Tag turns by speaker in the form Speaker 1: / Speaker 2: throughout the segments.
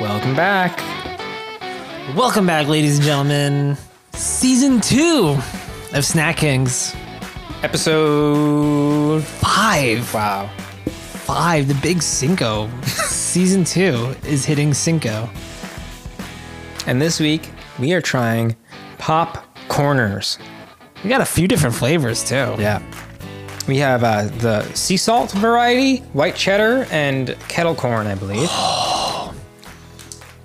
Speaker 1: Welcome back.
Speaker 2: Welcome back, ladies and gentlemen. Season two of Snack Kings.
Speaker 1: Episode.
Speaker 2: Five.
Speaker 1: Wow.
Speaker 2: Five, the big Cinco. Season two is hitting Cinco.
Speaker 1: And this week, we are trying pop corners.
Speaker 2: We got a few different flavors, too.
Speaker 1: Yeah. We have uh, the sea salt variety, white cheddar, and kettle corn, I believe.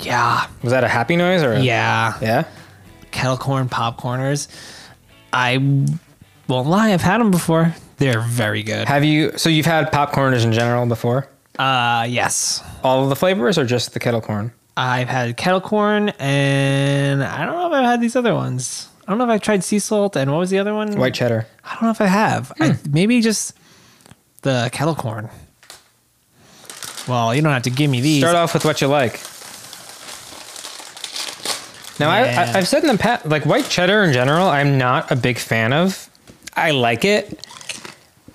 Speaker 2: Yeah.
Speaker 1: Was that a happy noise or? A-
Speaker 2: Yeah.
Speaker 1: Yeah.
Speaker 2: Kettle corn popcorners. I won't lie, I've had them before. They're very good.
Speaker 1: Have you? So you've had pop corners in general before?
Speaker 2: Uh, yes.
Speaker 1: All of the flavors, or just the kettle corn?
Speaker 2: I've had kettle corn, and I don't know if I've had these other ones. I don't know if I've tried sea salt, and what was the other one?
Speaker 1: White cheddar.
Speaker 2: I don't know if I have. I,
Speaker 1: Hmm.
Speaker 2: maybe just the kettle corn. Well, you don't have to give me these.
Speaker 1: Start off with what you like. Now,
Speaker 2: Yeah.
Speaker 1: I, I, I've said in the past, like white cheddar in general, I'm not a big fan of. I like it,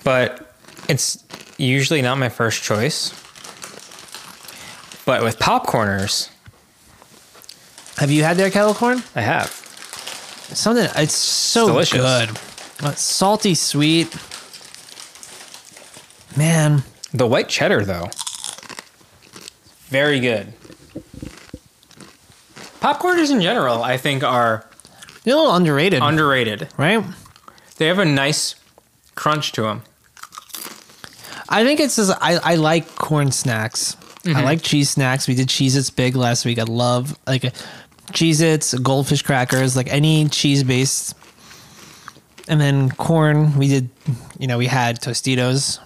Speaker 1: but it's usually not my first choice. But with popcorners,
Speaker 2: Have you had their kettle corn?
Speaker 1: I have.
Speaker 2: Something. It's so
Speaker 1: delicious.
Speaker 2: good. Uh, Salty, sweet. Man,
Speaker 1: The white cheddar, though, very good. Popcorners in general, I think, are
Speaker 2: they're a little underrated,
Speaker 1: underrated.
Speaker 2: right?
Speaker 1: They have a nice crunch to them.
Speaker 2: I think it's just I, I like corn snacks. I like cheese snacks. We did Cheez Its big last week. I love like uh, Cheez Its, goldfish crackers, like any cheese based. And then corn, we did, you know, we had Tostitos,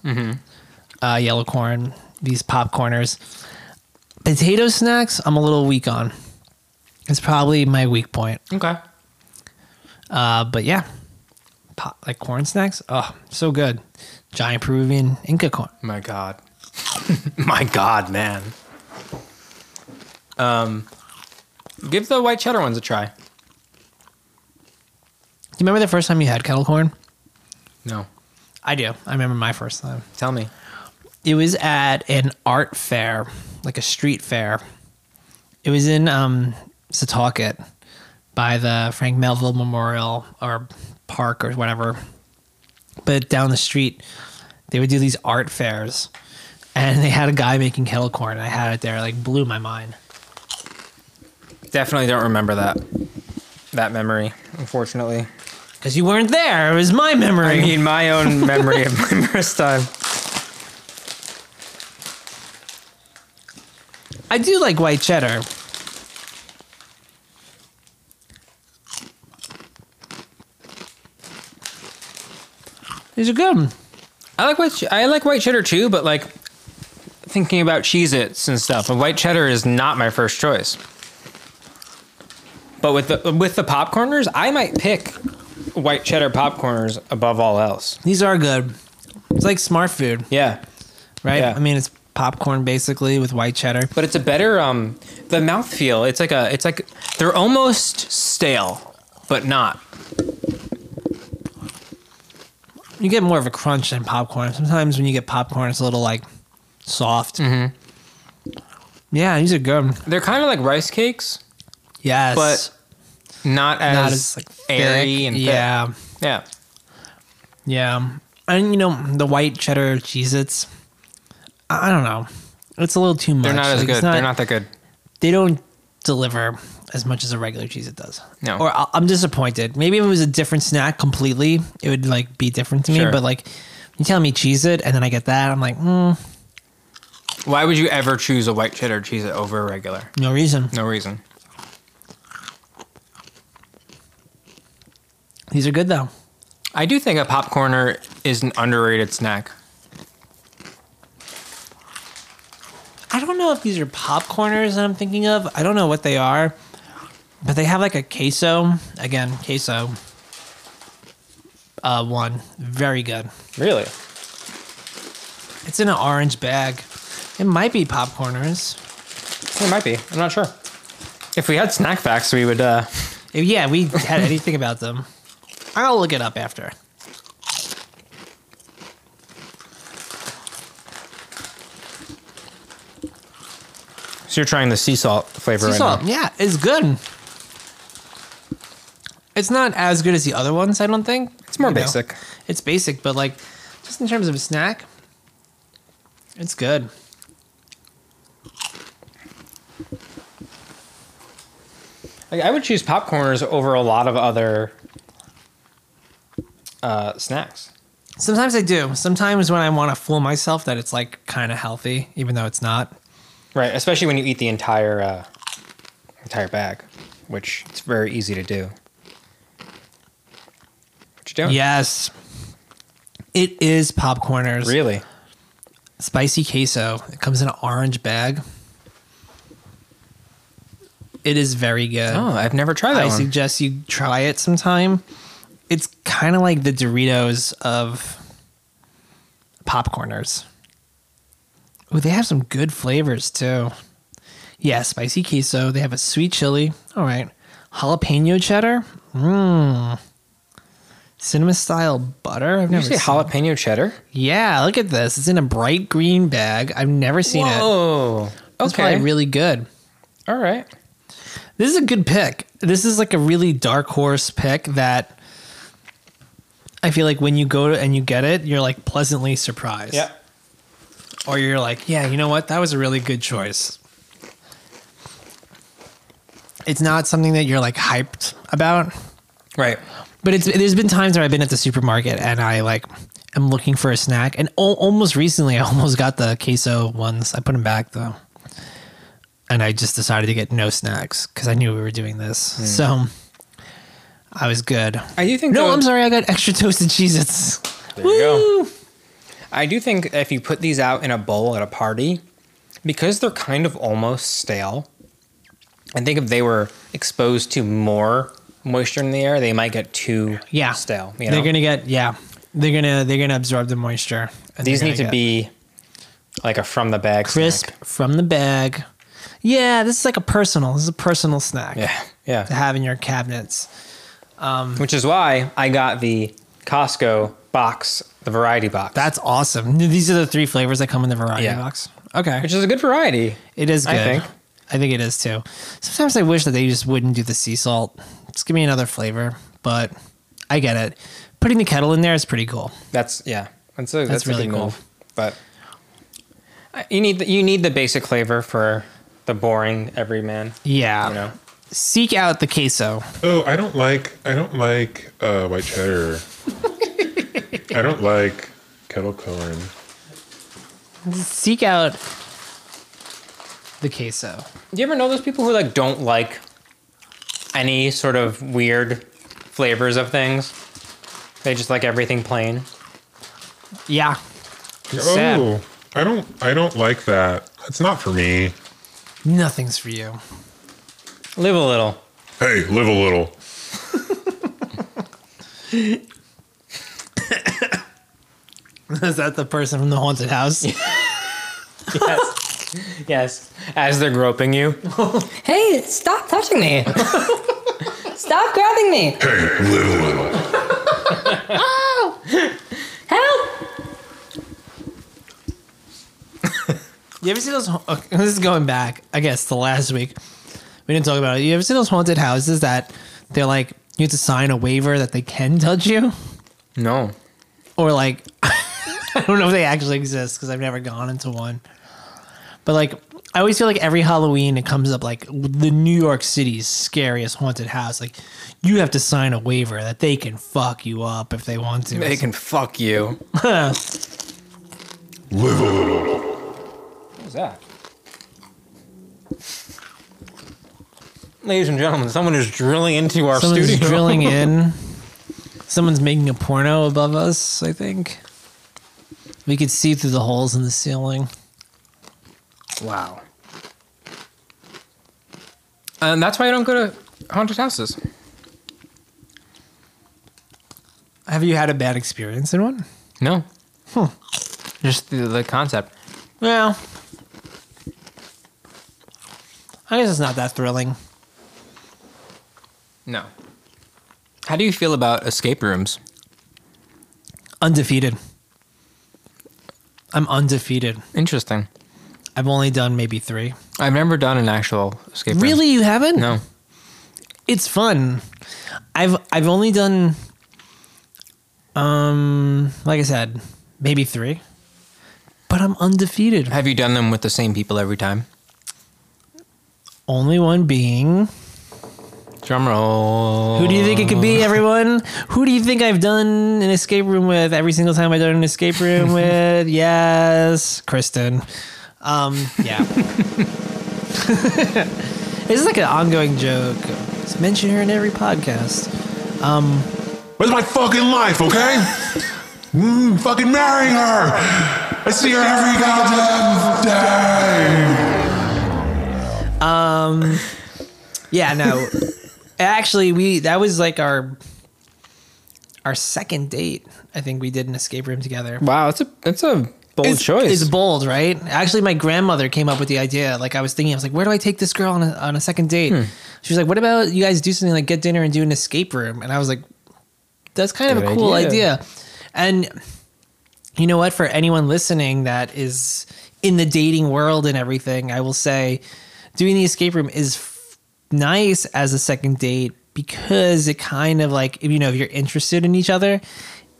Speaker 2: uh, yellow corn, these popcorners. Potato snacks, I'm a little weak on. It's probably my weak point.
Speaker 1: Okay.
Speaker 2: Uh, but yeah, Pop, like corn snacks, oh, so good. Giant Peruvian Inca corn.
Speaker 1: My God. My God, man. Um, give the white cheddar ones a try.
Speaker 2: Do you remember the first time you had kettle corn?
Speaker 1: No,
Speaker 2: I do. I remember my first time.
Speaker 1: tell me.
Speaker 2: It was at an art fair, like a street fair. It was in um, Setauket by the Frank Melville Memorial or Park or whatever. But down the street, they would do these art fairs, and they had a guy making kettle corn. And I had it there, like blew my mind.
Speaker 1: Definitely don't remember that. That memory, unfortunately.
Speaker 2: Because you weren't there, it was my
Speaker 1: I
Speaker 2: memory.
Speaker 1: mean, my own memory of my first time.
Speaker 2: I do like white cheddar. These are good.
Speaker 1: I like white. Che- I like white cheddar too, but like thinking about Cheez-Its and stuff. And white cheddar is not my first choice. But with the with the popcorners, I might pick white cheddar popcorners above all else.
Speaker 2: These are good. It's like smart food,
Speaker 1: Yeah.
Speaker 2: right?
Speaker 1: Yeah.
Speaker 2: I mean, it's popcorn basically with white cheddar.
Speaker 1: but it's a better um the mouthfeel it's like a it's like they're almost stale but not
Speaker 2: You get more of a crunch than popcorn. Sometimes when you get popcorn, it's a little like soft. Mm-hmm. Yeah, these are good.
Speaker 1: they're kind of like rice cakes
Speaker 2: Yes,
Speaker 1: but not as,
Speaker 2: not as like
Speaker 1: airy
Speaker 2: thick.
Speaker 1: and thick.
Speaker 2: yeah.
Speaker 1: yeah
Speaker 2: Yeah. And you know, the white cheddar Cheez Its, I I don't know. It's a little too much.
Speaker 1: they're not as
Speaker 2: Like, it's
Speaker 1: good they're not that good
Speaker 2: They don't deliver as much as a regular Cheez It does.
Speaker 1: No.
Speaker 2: Or I- I'm disappointed. Maybe if it was a different snack completely, it would like be different to me.
Speaker 1: Sure.
Speaker 2: But like, you tell me Cheez It and then I get that, I'm like, mm,
Speaker 1: why would you ever choose a white cheddar cheese over a regular
Speaker 2: no reason.
Speaker 1: no reason
Speaker 2: These are good though.
Speaker 1: i do think a popcorner is an underrated snack
Speaker 2: I don't know if these are popcorners that I'm thinking of. I don't know what they are, but they have like a queso. Again, queso. Uh, one very good.
Speaker 1: really
Speaker 2: It's in an orange bag. It might be popcorners.
Speaker 1: it might be i'm not sure if we had snack facts we would uh
Speaker 2: If- Yeah, we had anything about them. I'll look it up after.
Speaker 1: So you're trying the sea salt flavor
Speaker 2: Sea
Speaker 1: right
Speaker 2: salt,
Speaker 1: now.
Speaker 2: yeah, it's good. It's not as good as the other ones, I don't think.
Speaker 1: It's more
Speaker 2: You know,
Speaker 1: basic.
Speaker 2: It's basic, but like just in terms of a snack, it's good.
Speaker 1: Like, I would choose popcorners over a lot of other uh, snacks.
Speaker 2: Sometimes I do. Sometimes when I want to fool myself that it's like kind of healthy, even though it's not.
Speaker 1: Right, especially when you eat the entire uh, entire bag, which it's very easy to do. What you doing?
Speaker 2: Yes. It is popcorners.
Speaker 1: really.
Speaker 2: Spicy queso. It comes in an orange bag. It is very good.
Speaker 1: Oh, I've never tried that
Speaker 2: I
Speaker 1: one.
Speaker 2: suggest you try it sometime. It's kind of like the Doritos of popcorners. Oh, they have some good flavors too. Yeah, spicy queso. They have a sweet chili. All right. Jalapeno cheddar. Mmm. Cinema style butter. I've never
Speaker 1: Did you say
Speaker 2: seen.
Speaker 1: jalapeno cheddar?
Speaker 2: yeah, look at this. It's in a bright green bag. I've never seen it.
Speaker 1: Whoa.
Speaker 2: It's
Speaker 1: Okay.
Speaker 2: probably really good.
Speaker 1: All right.
Speaker 2: This is a good pick. This is like a really dark horse pick that I feel like when you go to and you get it, you're like pleasantly surprised.
Speaker 1: Yeah.
Speaker 2: Or you're like, yeah, you know what? That was a really good choice. It's not something that you're like hyped about,
Speaker 1: Right.
Speaker 2: but it's there's been times where I've been at the supermarket and I like am looking for a snack, and al- almost recently I almost got the queso ones. I put them back though, and I just decided to get no snacks because I knew we were doing this. So I was good.
Speaker 1: Hmm. I do think
Speaker 2: No,
Speaker 1: those-
Speaker 2: I'm sorry, I got extra toasted Cheez-Its.
Speaker 1: There you go. I do think if you put these out in a bowl at a party, because they're kind of almost stale, I think if they were exposed to more moisture in the air, they might get too
Speaker 2: Yeah,
Speaker 1: stale. You know?
Speaker 2: they're gonna get yeah. They're gonna they're gonna absorb the moisture. and
Speaker 1: These
Speaker 2: they're
Speaker 1: need to
Speaker 2: gonna get
Speaker 1: be like a from the bag
Speaker 2: crisp
Speaker 1: snack.
Speaker 2: from the bag. Yeah, this is like a personal. This is a personal snack
Speaker 1: Yeah.
Speaker 2: to
Speaker 1: Yeah.
Speaker 2: have in your cabinets.
Speaker 1: Which is why I got the Costco box, the variety box.
Speaker 2: That's awesome. These are the three flavors that come in the variety
Speaker 1: Yeah.
Speaker 2: box. Okay.
Speaker 1: which is a good variety.
Speaker 2: It is
Speaker 1: I
Speaker 2: good. I think.
Speaker 1: think.
Speaker 2: it is too. Sometimes I wish that they just wouldn't do the sea salt. Just give me another flavor, but I get it. Putting the kettle in there is pretty cool.
Speaker 1: That's yeah. That's a, that's, a
Speaker 2: really
Speaker 1: good
Speaker 2: cool.
Speaker 1: move. But uh, you need the, you need the basic flavor for the boring everyman.
Speaker 2: Yeah.
Speaker 1: You know.
Speaker 2: Seek out the queso.
Speaker 3: Oh, I don't like I don't like uh, white cheddar. I don't like kettle corn.
Speaker 2: Seek out the queso.
Speaker 1: Do you ever know those people who like don't like any sort of weird flavors of things? They just like everything plain.
Speaker 2: Yeah. sad.
Speaker 3: Oh, I don't I don't like that. It's not for me.
Speaker 2: Nothing's for you.
Speaker 1: Live a little.
Speaker 3: Hey, live a little.
Speaker 2: is that the person from the haunted house?
Speaker 1: Yes. yes. As they're groping you. hey, stop touching me. stop grabbing me. Oh.
Speaker 3: Hey, live a little.
Speaker 1: Help.
Speaker 2: You ever see those? ha- Okay, this is going back, I guess, to last week. We didn't talk about it. You ever see those haunted houses that they're like you have to sign a waiver that they can touch you,
Speaker 1: No.
Speaker 2: or like I don't know if they actually exist because I've never gone into one. But like I always feel like every Halloween it comes up like the New York City's scariest haunted house. Like you have to sign a waiver that they can fuck you up if they want to.
Speaker 1: They can fuck you.
Speaker 3: Live a little.
Speaker 1: What was that? Ladies and gentlemen, someone is drilling into our
Speaker 2: Someone's
Speaker 1: studio.
Speaker 2: drilling in. Someone's making a porno above us, I think. We could see through the holes in the ceiling.
Speaker 1: Wow. And that's why I don't go to haunted houses.
Speaker 2: Have you had a bad experience in one?
Speaker 1: No. Just the, the concept.
Speaker 2: Well, I guess it's not that thrilling.
Speaker 1: No. How do you feel about escape rooms?
Speaker 2: Undefeated. I'm undefeated.
Speaker 1: Interesting.
Speaker 2: I've only done maybe three.
Speaker 1: I've never done an actual escape room.
Speaker 2: Really, you haven't?
Speaker 1: No.
Speaker 2: it's fun. I've I've only done um like I said, maybe 3. But I'm undefeated.
Speaker 1: Have you done them with the same people every time?
Speaker 2: Only one being
Speaker 1: Drum roll.
Speaker 2: Who do you think it could be, everyone? Who do you think I've done an escape room with every single time I've done an escape room with? Yes, Kristen. Um, yeah. this is like an ongoing joke. Just mention her in every podcast.
Speaker 3: Where's my fucking life, okay? mm, fucking marrying her! I see her every goddamn day!
Speaker 2: Yeah, no. Actually, we that was like our our second date. I think we did an escape room together.
Speaker 1: Wow, it's a that's a bold
Speaker 2: It's-
Speaker 1: choice.
Speaker 2: It's bold, right? Actually, my grandmother came up with the idea. Like I was thinking, I was like, where do I take this girl on a, on a second date?
Speaker 1: Hmm.
Speaker 2: She was like, what about you guys do something like get dinner and do an escape room? And I was like, that's kind of
Speaker 1: Good
Speaker 2: a cool
Speaker 1: idea.
Speaker 2: idea. And you know what? For anyone listening that is in the dating world and everything, I will say doing the escape room is f- nice as a second date because it kind of like, if you know, if you're interested in each other,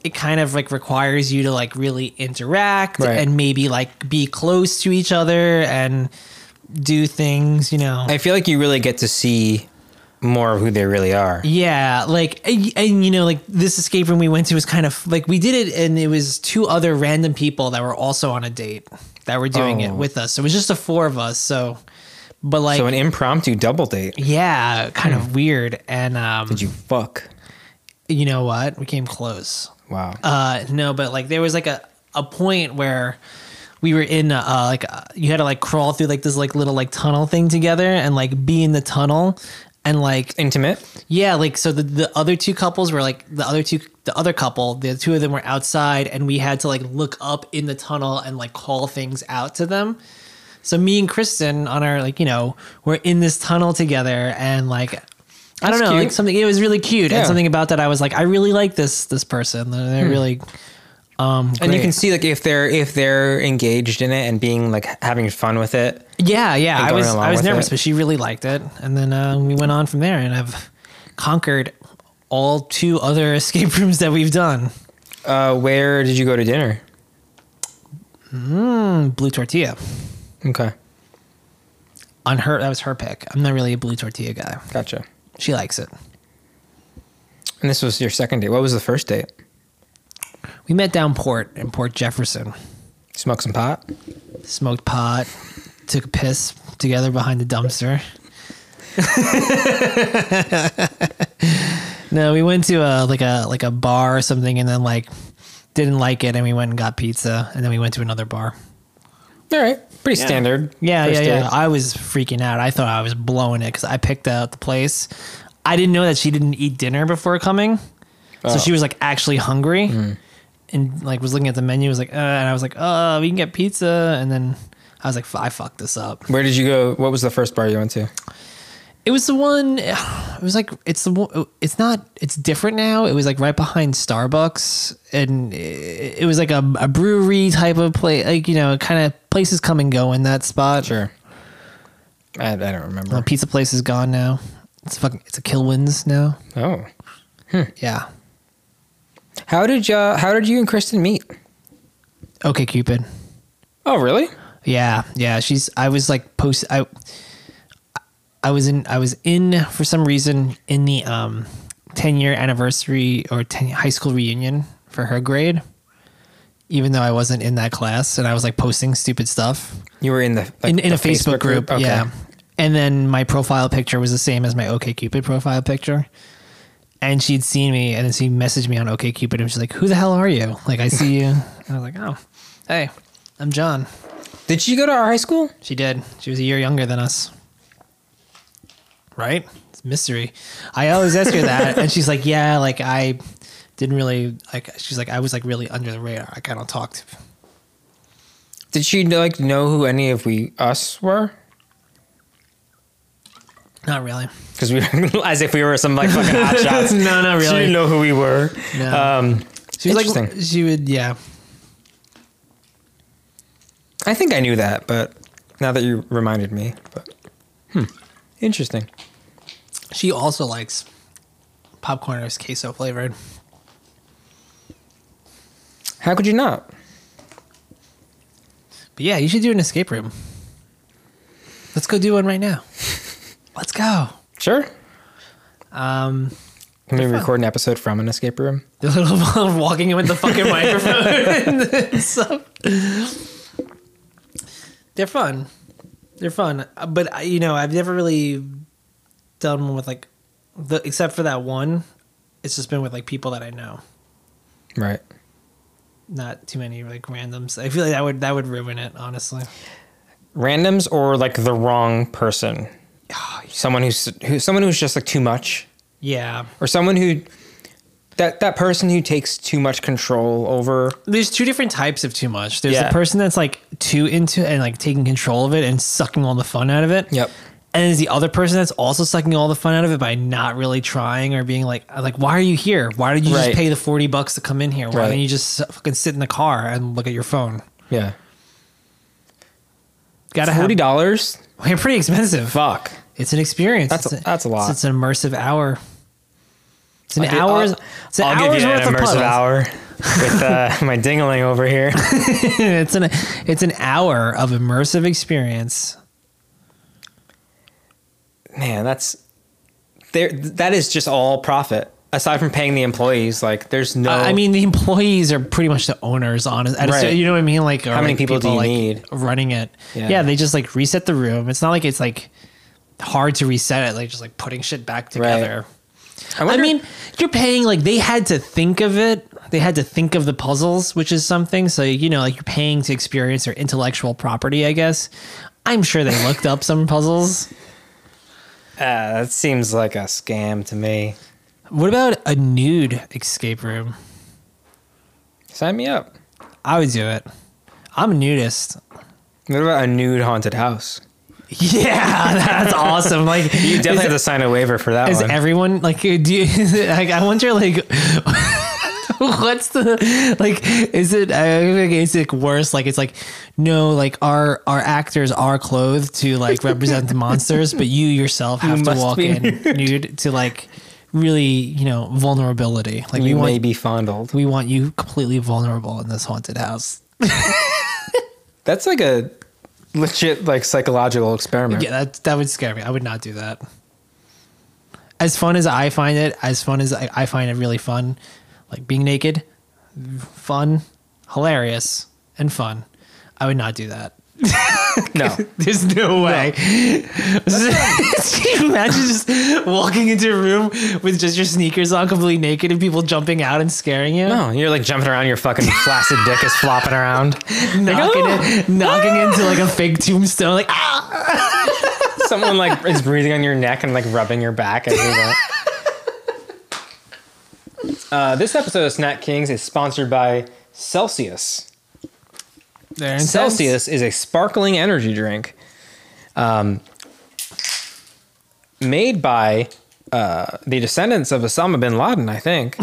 Speaker 2: it kind of like requires you to like really interact
Speaker 1: Right.
Speaker 2: and maybe like be close to each other and do things, you know.
Speaker 1: I feel like you really get to see more of who they really are.
Speaker 2: Yeah, like and, and, you know, like this escape room we went to was kind of like we did it, and it was two other random people that were also on a date that were doing it
Speaker 1: Oh.
Speaker 2: with us. So it was just the four of us. So, but like,
Speaker 1: So an impromptu double date.
Speaker 2: yeah, kind of weird. And um,
Speaker 1: Did you fuck?
Speaker 2: you know what? We came close.
Speaker 1: Wow.
Speaker 2: Uh, no, but like there was like a, a point where we were in uh, uh, like uh, you had to like crawl through like this like little like tunnel thing together and like be in the tunnel and like
Speaker 1: Intimate.
Speaker 2: Yeah, like so the, the other two couples were like the other two the other couple, the two of them were outside and we had to like look up in the tunnel and like call things out to them. So me and Kristen on our like, you know, we're in this tunnel together and like I don't
Speaker 1: That's
Speaker 2: know,
Speaker 1: cute.
Speaker 2: like something it was really cute
Speaker 1: Yeah. Hmm.
Speaker 2: and something about that I was like I really like this this person. They're, they're really um
Speaker 1: And you
Speaker 2: great.
Speaker 1: can see like if they're if they're engaged in it and being like having fun with it.
Speaker 2: Yeah, yeah. I
Speaker 1: going
Speaker 2: was
Speaker 1: along
Speaker 2: I was
Speaker 1: with
Speaker 2: nervous,
Speaker 1: it.
Speaker 2: but she really liked it, and then uh, we went on from there, and I've conquered all two other escape rooms that we've done.
Speaker 1: Uh, where did you go to dinner?
Speaker 2: Hmm, Blue tortilla
Speaker 1: Okay,
Speaker 2: on her. That was her pick. I'm not really a blue tortilla guy.
Speaker 1: gotcha.
Speaker 2: She likes it.
Speaker 1: And this was your second date. What was the first date?
Speaker 2: We met down port in Port Jefferson.
Speaker 1: Smoke some pot.
Speaker 2: Smoked pot, took a piss together behind the dumpster. no, we went to a like a like a bar or something, and then like didn't like it, and we went and got pizza, and then we went to another bar.
Speaker 1: All right, pretty standard.
Speaker 2: Yeah,
Speaker 1: first
Speaker 2: yeah, yeah.
Speaker 1: date.
Speaker 2: I was freaking out. I thought I was blowing it because I picked out the place. I didn't know that she didn't eat dinner before coming,
Speaker 1: Oh.
Speaker 2: so she was like actually hungry,
Speaker 1: Hmm.
Speaker 2: and like was looking at the menu. Was like, uh, and I was like, uh, we can get pizza, and then I was like, "F- I fucked this up.
Speaker 1: Where did you go? What was the first bar you went to?
Speaker 2: It was the one. It was like it's the one. It's not. It's different now. It was like right behind Starbucks, and it, it was like a, a brewery type of place. Like you know, kind of places come and go in that spot.
Speaker 1: Sure. I, I don't
Speaker 2: The
Speaker 1: remember.
Speaker 2: pizza place is gone now. It's fucking. It's a Kilwins now.
Speaker 1: Oh,
Speaker 2: Yeah.
Speaker 1: how did you? How did you and Kristen meet?
Speaker 2: Okay, Cupid.
Speaker 1: Oh, really?
Speaker 2: Yeah, yeah. She's. I was like post. I. I was in. I was in for some reason in the um, ten year anniversary or ten high school reunion for her grade. Even though I wasn't in that class, and I was like posting stupid stuff
Speaker 1: You were in the like,
Speaker 2: in, in
Speaker 1: the
Speaker 2: a Facebook, group,
Speaker 1: Okay.
Speaker 2: yeah. And then my profile picture was the same as my OKCupid profile picture. And she'd seen me, and then she messaged me on OKCupid, and she's like, "Who the hell are you? Like, I see you." and I was like, "Oh, hey, I'm John."
Speaker 1: Did she go to our high school?
Speaker 2: She did. She was a year younger than us. Right? It's mystery. I always ask her that, and she's like, "Yeah, like I didn't really like." She's like, "I was like really under the radar. Like I don't talk to."
Speaker 1: Did she like know who any of we us were?
Speaker 2: Not really.
Speaker 1: Because we were as if we were some like fucking hotshots.
Speaker 2: no, not
Speaker 1: She didn't
Speaker 2: really.
Speaker 1: know who we were.
Speaker 2: No.
Speaker 1: Um,
Speaker 2: She was like,
Speaker 1: Interesting.
Speaker 2: she would, yeah.
Speaker 1: I think I knew that, but Now that you reminded me, but hmm, interesting.
Speaker 2: She also likes popcorn is queso flavored.
Speaker 1: How could you not?
Speaker 2: But yeah, you should do an escape room. Let's go do one right now. Let's go.
Speaker 1: Sure.
Speaker 2: Um,
Speaker 1: Can we record an episode from an escape room?
Speaker 2: the little one walking in with the fucking microphone. and stuff. They're fun. They're fun. Uh, But I- you know, I've never really done one with like the except for that one. It's just been with like people that I know.
Speaker 1: Right.
Speaker 2: Not too many like randoms. I feel like that would that would ruin it, honestly.
Speaker 1: Randoms or like the wrong person.
Speaker 2: Ah,
Speaker 1: Someone who's who, someone who's just like too much,
Speaker 2: Yeah.
Speaker 1: or someone who that that person who takes too much control over.
Speaker 2: there's two different types of too much. There's
Speaker 1: Yeah.
Speaker 2: the person that's like too into and like taking control of it and sucking all the fun out of it.
Speaker 1: Yep.
Speaker 2: And there's the other person that's also sucking all the fun out of it by not really trying or being like, like, why are you here? Why did you
Speaker 1: Right.
Speaker 2: just pay the forty bucks to come in here? Why
Speaker 1: Right.
Speaker 2: don't you just s- fucking sit in the car and look at your phone?
Speaker 1: Yeah.
Speaker 2: Gotta
Speaker 1: Forty
Speaker 2: have.
Speaker 1: dollars.
Speaker 2: They're pretty expensive.
Speaker 1: Fuck.
Speaker 2: It's an experience.
Speaker 1: That's-
Speaker 2: It's
Speaker 1: that's a lot.
Speaker 2: It's, an immersive hour. It's an
Speaker 1: I'll do-
Speaker 2: hour's.
Speaker 1: I'll-
Speaker 2: it's an
Speaker 1: I'll
Speaker 2: hour's
Speaker 1: give you
Speaker 2: worth
Speaker 1: an
Speaker 2: of
Speaker 1: immersive
Speaker 2: puzzles.
Speaker 1: hour with uh, my dingling over here.
Speaker 2: it's an it's an hour of immersive experience.
Speaker 1: Man, that's there. That is just all profit. Aside from paying the employees, like there's no.
Speaker 2: I I mean, the employees are pretty much the owners, honest. Right.
Speaker 1: Right.
Speaker 2: you know what I mean? Like, how
Speaker 1: many people do you need?
Speaker 2: running it?
Speaker 1: Yeah.
Speaker 2: Yeah. they just like reset the room. It's not like it's like hard to reset it. Like just like putting shit back together.
Speaker 1: I, wonder-
Speaker 2: I mean, you're paying like they had to think of it. They had to think of the puzzles, which is something. So you know, like you're paying to experience their intellectual property, I guess. I'm sure they looked up some puzzles.
Speaker 1: Uh, that seems like a scam to me.
Speaker 2: What about a nude escape room?
Speaker 1: Sign me up.
Speaker 2: I would do it. I'm a nudist.
Speaker 1: What about a nude haunted house?
Speaker 2: Yeah, that's awesome. Like
Speaker 1: You definitely have to sign a waiver for that
Speaker 2: Is
Speaker 1: one.
Speaker 2: everyone like? Do you, like? I wonder like. What's the like? Is it? I think it's like worse. Like it's like no. Like our our actors are clothed to like represent the monsters, but you yourself have to
Speaker 1: must
Speaker 2: walk
Speaker 1: be
Speaker 2: in nude. to like really you know vulnerability. Like we
Speaker 1: you
Speaker 2: want
Speaker 1: may be fondled.
Speaker 2: we want you completely vulnerable in this haunted house.
Speaker 1: That's like a legit like psychological experiment.
Speaker 2: Yeah, that that would scare me. I would not do that. As fun as I find it, as fun as I, I find it really fun, like being naked, fun, hilarious, and fun. I would not do that.
Speaker 1: No.
Speaker 2: There's no way. Can you imagine just walking into a room with just your sneakers on, completely naked, and people jumping out and scaring you,
Speaker 1: No, you're like jumping around. Your fucking flaccid dick is flopping around.
Speaker 2: knocking it, knocking into like a fake tombstone, like ah!
Speaker 1: Someone like is breathing on your neck and like rubbing your back as you go. Uh, this episode of Snack Kings is sponsored by Celsius.
Speaker 2: There
Speaker 1: Celsius is a sparkling energy drink um, made by uh, the descendants of Osama bin Laden, I think.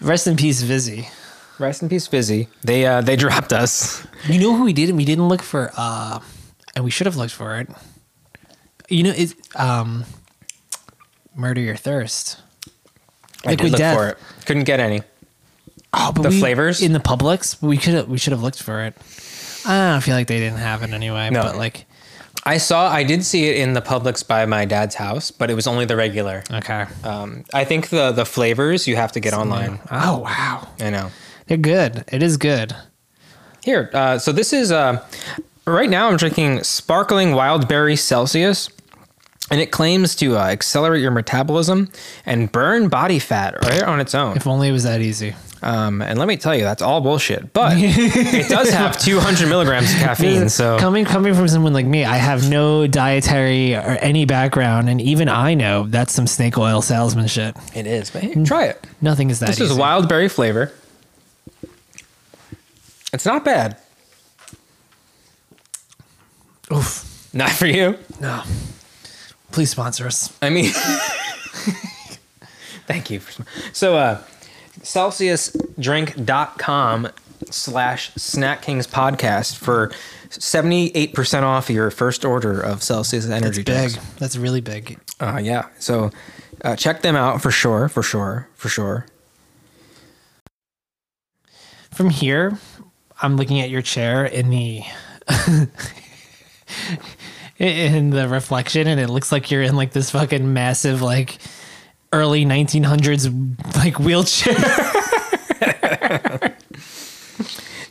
Speaker 2: Rest in peace, Vizzy.
Speaker 1: Rest in peace, Fizzy. They uh, they dropped us.
Speaker 2: You know who we didn't? We didn't look for, uh, and we should have looked for it. You know, is um, murder your thirst.
Speaker 1: I did
Speaker 2: Liquid
Speaker 1: look
Speaker 2: Death.
Speaker 1: for it. Couldn't get any.
Speaker 2: Oh, but
Speaker 1: The
Speaker 2: we-
Speaker 1: flavors?
Speaker 2: in the Publix. We could have. We should have looked for it. I don't feel like they didn't have it anyway.
Speaker 1: No.
Speaker 2: But like,
Speaker 1: I saw. I did see it in the Publix by my dad's house, but it was only the regular.
Speaker 2: okay.
Speaker 1: Um, I think the the flavors you have to get online.
Speaker 2: Oh wow,
Speaker 1: I know.
Speaker 2: they're good. It is good.
Speaker 1: Here, uh, so this is uh, right now. I'm drinking sparkling wild berry Celsius, and it claims to uh, accelerate your metabolism and burn body fat right on its own.
Speaker 2: If only it was that easy.
Speaker 1: Um, and let me tell you, that's all bullshit. But it does have 200 milligrams of caffeine. So
Speaker 2: coming coming from someone like me, I have no dietary or any background, and even I know that's some snake oil salesman shit.
Speaker 1: it is. But hey, try it.
Speaker 2: Nothing is Mm. that.
Speaker 1: This
Speaker 2: easy.
Speaker 1: is wild berry flavor. It's not bad.
Speaker 2: Oof.
Speaker 1: Not for you.
Speaker 2: No. Please sponsor us.
Speaker 1: I mean, thank you. For, so, uh, CelsiusDrink.com slash Snack Kings podcast for 78% off your first order of Celsius
Speaker 2: That's
Speaker 1: energy
Speaker 2: big.
Speaker 1: drinks.
Speaker 2: That's really big.
Speaker 1: Uh, yeah. So uh, check them out for sure, for sure, for sure.
Speaker 2: From here, I'm looking at your chair in the in the reflection, and it looks like you're in like this fucking massive like early 1900s like wheelchair.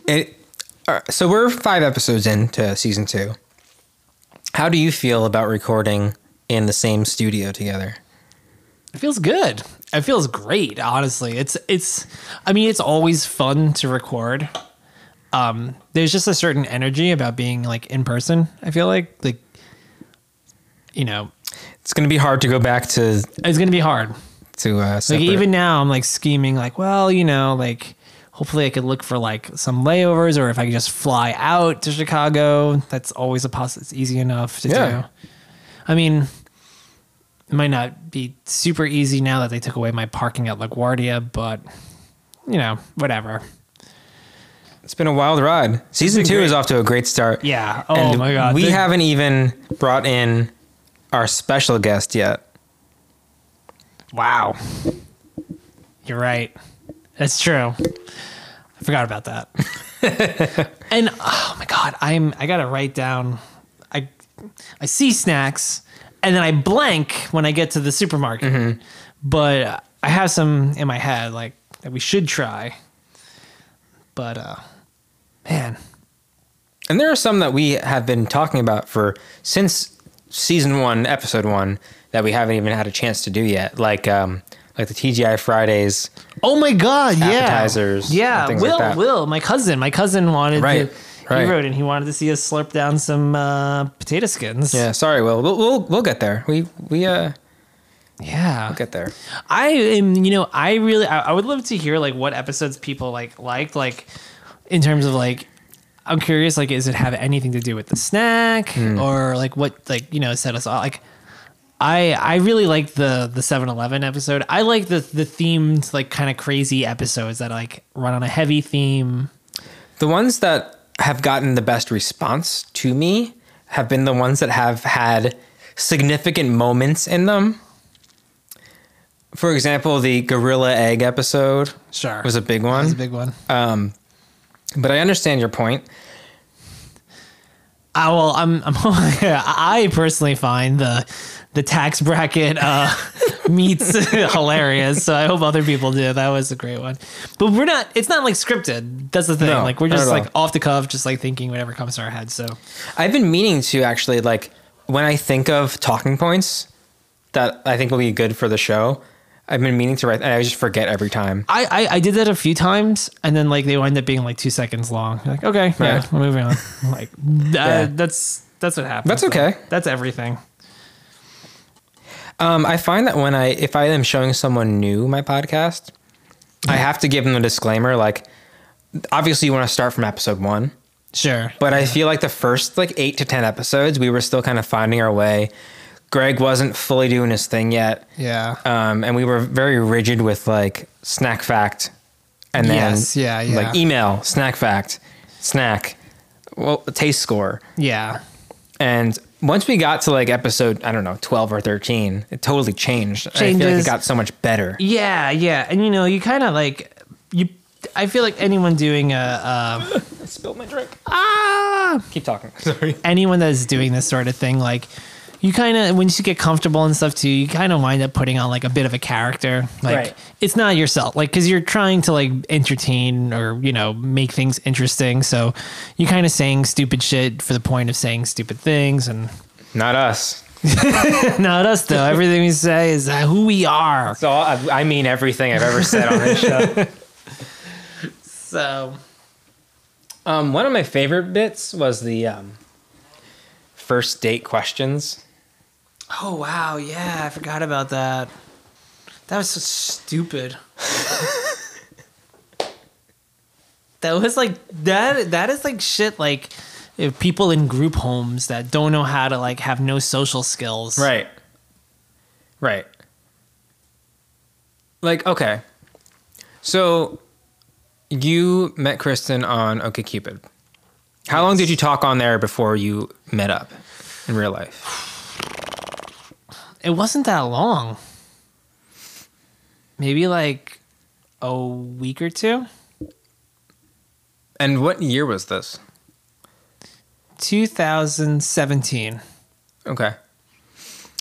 Speaker 1: It, uh, so we're five episodes into season two. How do you feel about recording in the same studio together?
Speaker 2: It feels good. It feels great, honestly. It's it's I mean, it's always fun to record. Um there's just a certain energy about being like in person. I feel like like you know,
Speaker 1: It's going to be hard to go back to
Speaker 2: it's going to be hard.
Speaker 1: to uh,
Speaker 2: Like
Speaker 1: separate.
Speaker 2: even now I'm like scheming like, well, you know, like hopefully I could look for like some layovers or if I could just fly out to Chicago, that's always a possible it's easy enough to
Speaker 1: Yeah.
Speaker 2: do. I mean, it might not be super easy now that they took away my parking at LaGuardia, but you know, whatever.
Speaker 1: It's been a wild ride. Season
Speaker 2: been
Speaker 1: two
Speaker 2: great.
Speaker 1: is off to a great start.
Speaker 2: Yeah. Oh my God.
Speaker 1: We
Speaker 2: The-
Speaker 1: haven't even brought in our special guest yet.
Speaker 2: Wow. You're right. That's true. I forgot about that. and oh my god, I'm I gotta write down I I see snacks and then I blank when I get to the supermarket. But I have some in my head like that we should try. But uh man,
Speaker 1: And there are some that we have been talking about for since season one, episode one, that we haven't even had a chance to do yet. Like um like the TGI Fridays.
Speaker 2: Oh my god, yeah.
Speaker 1: Appetizers and
Speaker 2: Yeah,
Speaker 1: things like
Speaker 2: Will,
Speaker 1: that.
Speaker 2: Will, my cousin. My cousin wanted
Speaker 1: Right,
Speaker 2: to
Speaker 1: right.
Speaker 2: he wrote and he wanted to see us slurp down some uh, potato skins.
Speaker 1: Yeah, sorry, Will. We'll we'll, we'll get there. We we uh
Speaker 2: Yeah.
Speaker 1: get there.
Speaker 2: I am you know, I really I, I would love to hear like what episodes people like liked, like in terms of like I'm curious, like, is it have anything to do with the snack
Speaker 1: Hmm.
Speaker 2: or like what like, you know, set us off like I, I really like the the 7-Eleven episode. I like the the themed like kind of crazy episodes that like run on a heavy theme.
Speaker 1: The ones that have gotten the best response to me have been the ones that have had significant moments in them. For example, the gorilla egg episode
Speaker 2: Sure.
Speaker 1: was a big one.
Speaker 2: That's a big one.
Speaker 1: but I understand your point.
Speaker 2: I well, I'm, I'm I personally find the the tax bracket uh, meets hilarious, so I hope other people do. That was a great one, but we're not. It's not like scripted. That's the thing.
Speaker 1: No,
Speaker 2: like we're
Speaker 1: not
Speaker 2: just
Speaker 1: at all.
Speaker 2: like off the cuff, just like thinking whatever comes to our head. So
Speaker 1: I've been meaning to actually like when I think of talking points that I think will be good for the show. I've been meaning to write, and I just forget every time.
Speaker 2: I, I I did that a few times, and then like they wind up being like two seconds long. You're like okay, yeah,
Speaker 1: Right.
Speaker 2: we're moving on. like uh,
Speaker 1: Yeah.
Speaker 2: that's that's what happens.
Speaker 1: That's okay.
Speaker 2: That's everything.
Speaker 1: Um, I find that when I if I am showing someone new my podcast, I have to give them a disclaimer. Like, obviously, you want to start from episode one,
Speaker 2: Sure.
Speaker 1: but I feel like the first like eight to ten episodes, we were still kind of finding our way. Greg wasn't fully doing his thing yet.
Speaker 2: yeah.
Speaker 1: um, and we were very rigid with like snack fact, and then
Speaker 2: Yes, yeah, yeah.
Speaker 1: like email snack fact, snack, well taste score,
Speaker 2: yeah.
Speaker 1: and once we got to like episode I don't know twelve or thirteen, it totally changed. And I feel like it
Speaker 2: Changes.
Speaker 1: got so much better.
Speaker 2: Yeah, yeah, and you know, you kind of like you. I feel like anyone doing a uh,
Speaker 1: I spilled my drink.
Speaker 2: ah,
Speaker 1: Keep talking. Sorry.
Speaker 2: anyone that is doing this sort of thing, like you kind of when you get comfortable and stuff too, you kind of wind up putting on like a bit of a character. Like
Speaker 1: Right.
Speaker 2: it's not yourself, like because you're trying to like entertain or you know make things interesting. So you kind of saying stupid shit for the point of saying stupid things, and
Speaker 1: Not us.
Speaker 2: not us though. Everything we say is uh, who we are.
Speaker 1: So I, I mean everything I've ever said on this show.
Speaker 2: So
Speaker 1: Um, one of my favorite bits was the um, first date questions.
Speaker 2: Oh wow, yeah, I forgot about that. That was so stupid. that was like that that is like shit like if people in group homes that don't know how to like have no social skills.
Speaker 1: Right. Right. Like, okay. So you met Kristen on OkCupid. How long did you talk on there before you met up in real life?
Speaker 2: It wasn't that long. Maybe like a week or two.
Speaker 1: And what year was this?
Speaker 2: 2017.
Speaker 1: Okay.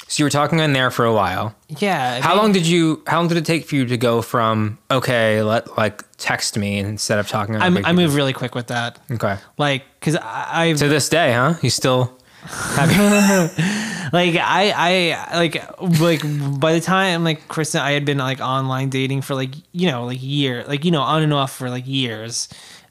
Speaker 1: So you were talking on there for a while.
Speaker 2: Yeah. I
Speaker 1: How
Speaker 2: mean,
Speaker 1: long did you? How long did it take for you to go from okay, let like text me instead of talking? On
Speaker 2: I'm, I
Speaker 1: OkCupid?
Speaker 2: move really quick with that.
Speaker 1: Okay.
Speaker 2: Like, cause I, I've
Speaker 1: To this day, huh? You still
Speaker 2: like I I like like by the time like Kristen I had been like online dating for like you know like year like you know on and off for like years.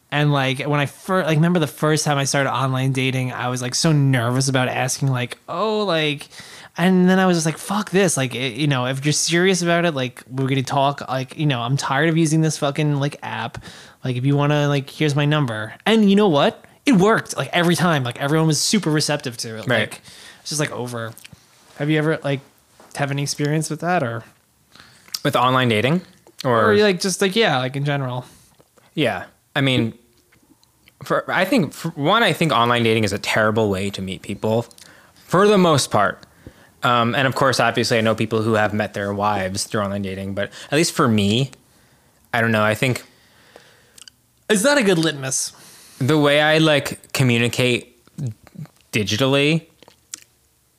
Speaker 2: And like when I first like remember the first time I started online dating, I was like so nervous about asking like, "Oh, like and then I was just like, "Fuck this!" Like, it, you know, if you're serious about it, like we're gonna talk. Like, you know, I'm tired of using this fucking like app. Like, if you wanna, like, here's my number. And you know what? It worked. Like every time, like everyone was super receptive to it.
Speaker 1: Right.
Speaker 2: Like, it's just like over. Have you ever like have any experience with that or
Speaker 1: with online dating, or,
Speaker 2: or like just like yeah like in general?
Speaker 1: yeah? I mean, for I think for one, I think online dating is a terrible way to meet people, for the most part. Um, and of course, obviously, I know people who have met their wives through online dating, but at least for me, I don't know. I think
Speaker 2: It's not a good litmus.
Speaker 1: the way I like communicate digitally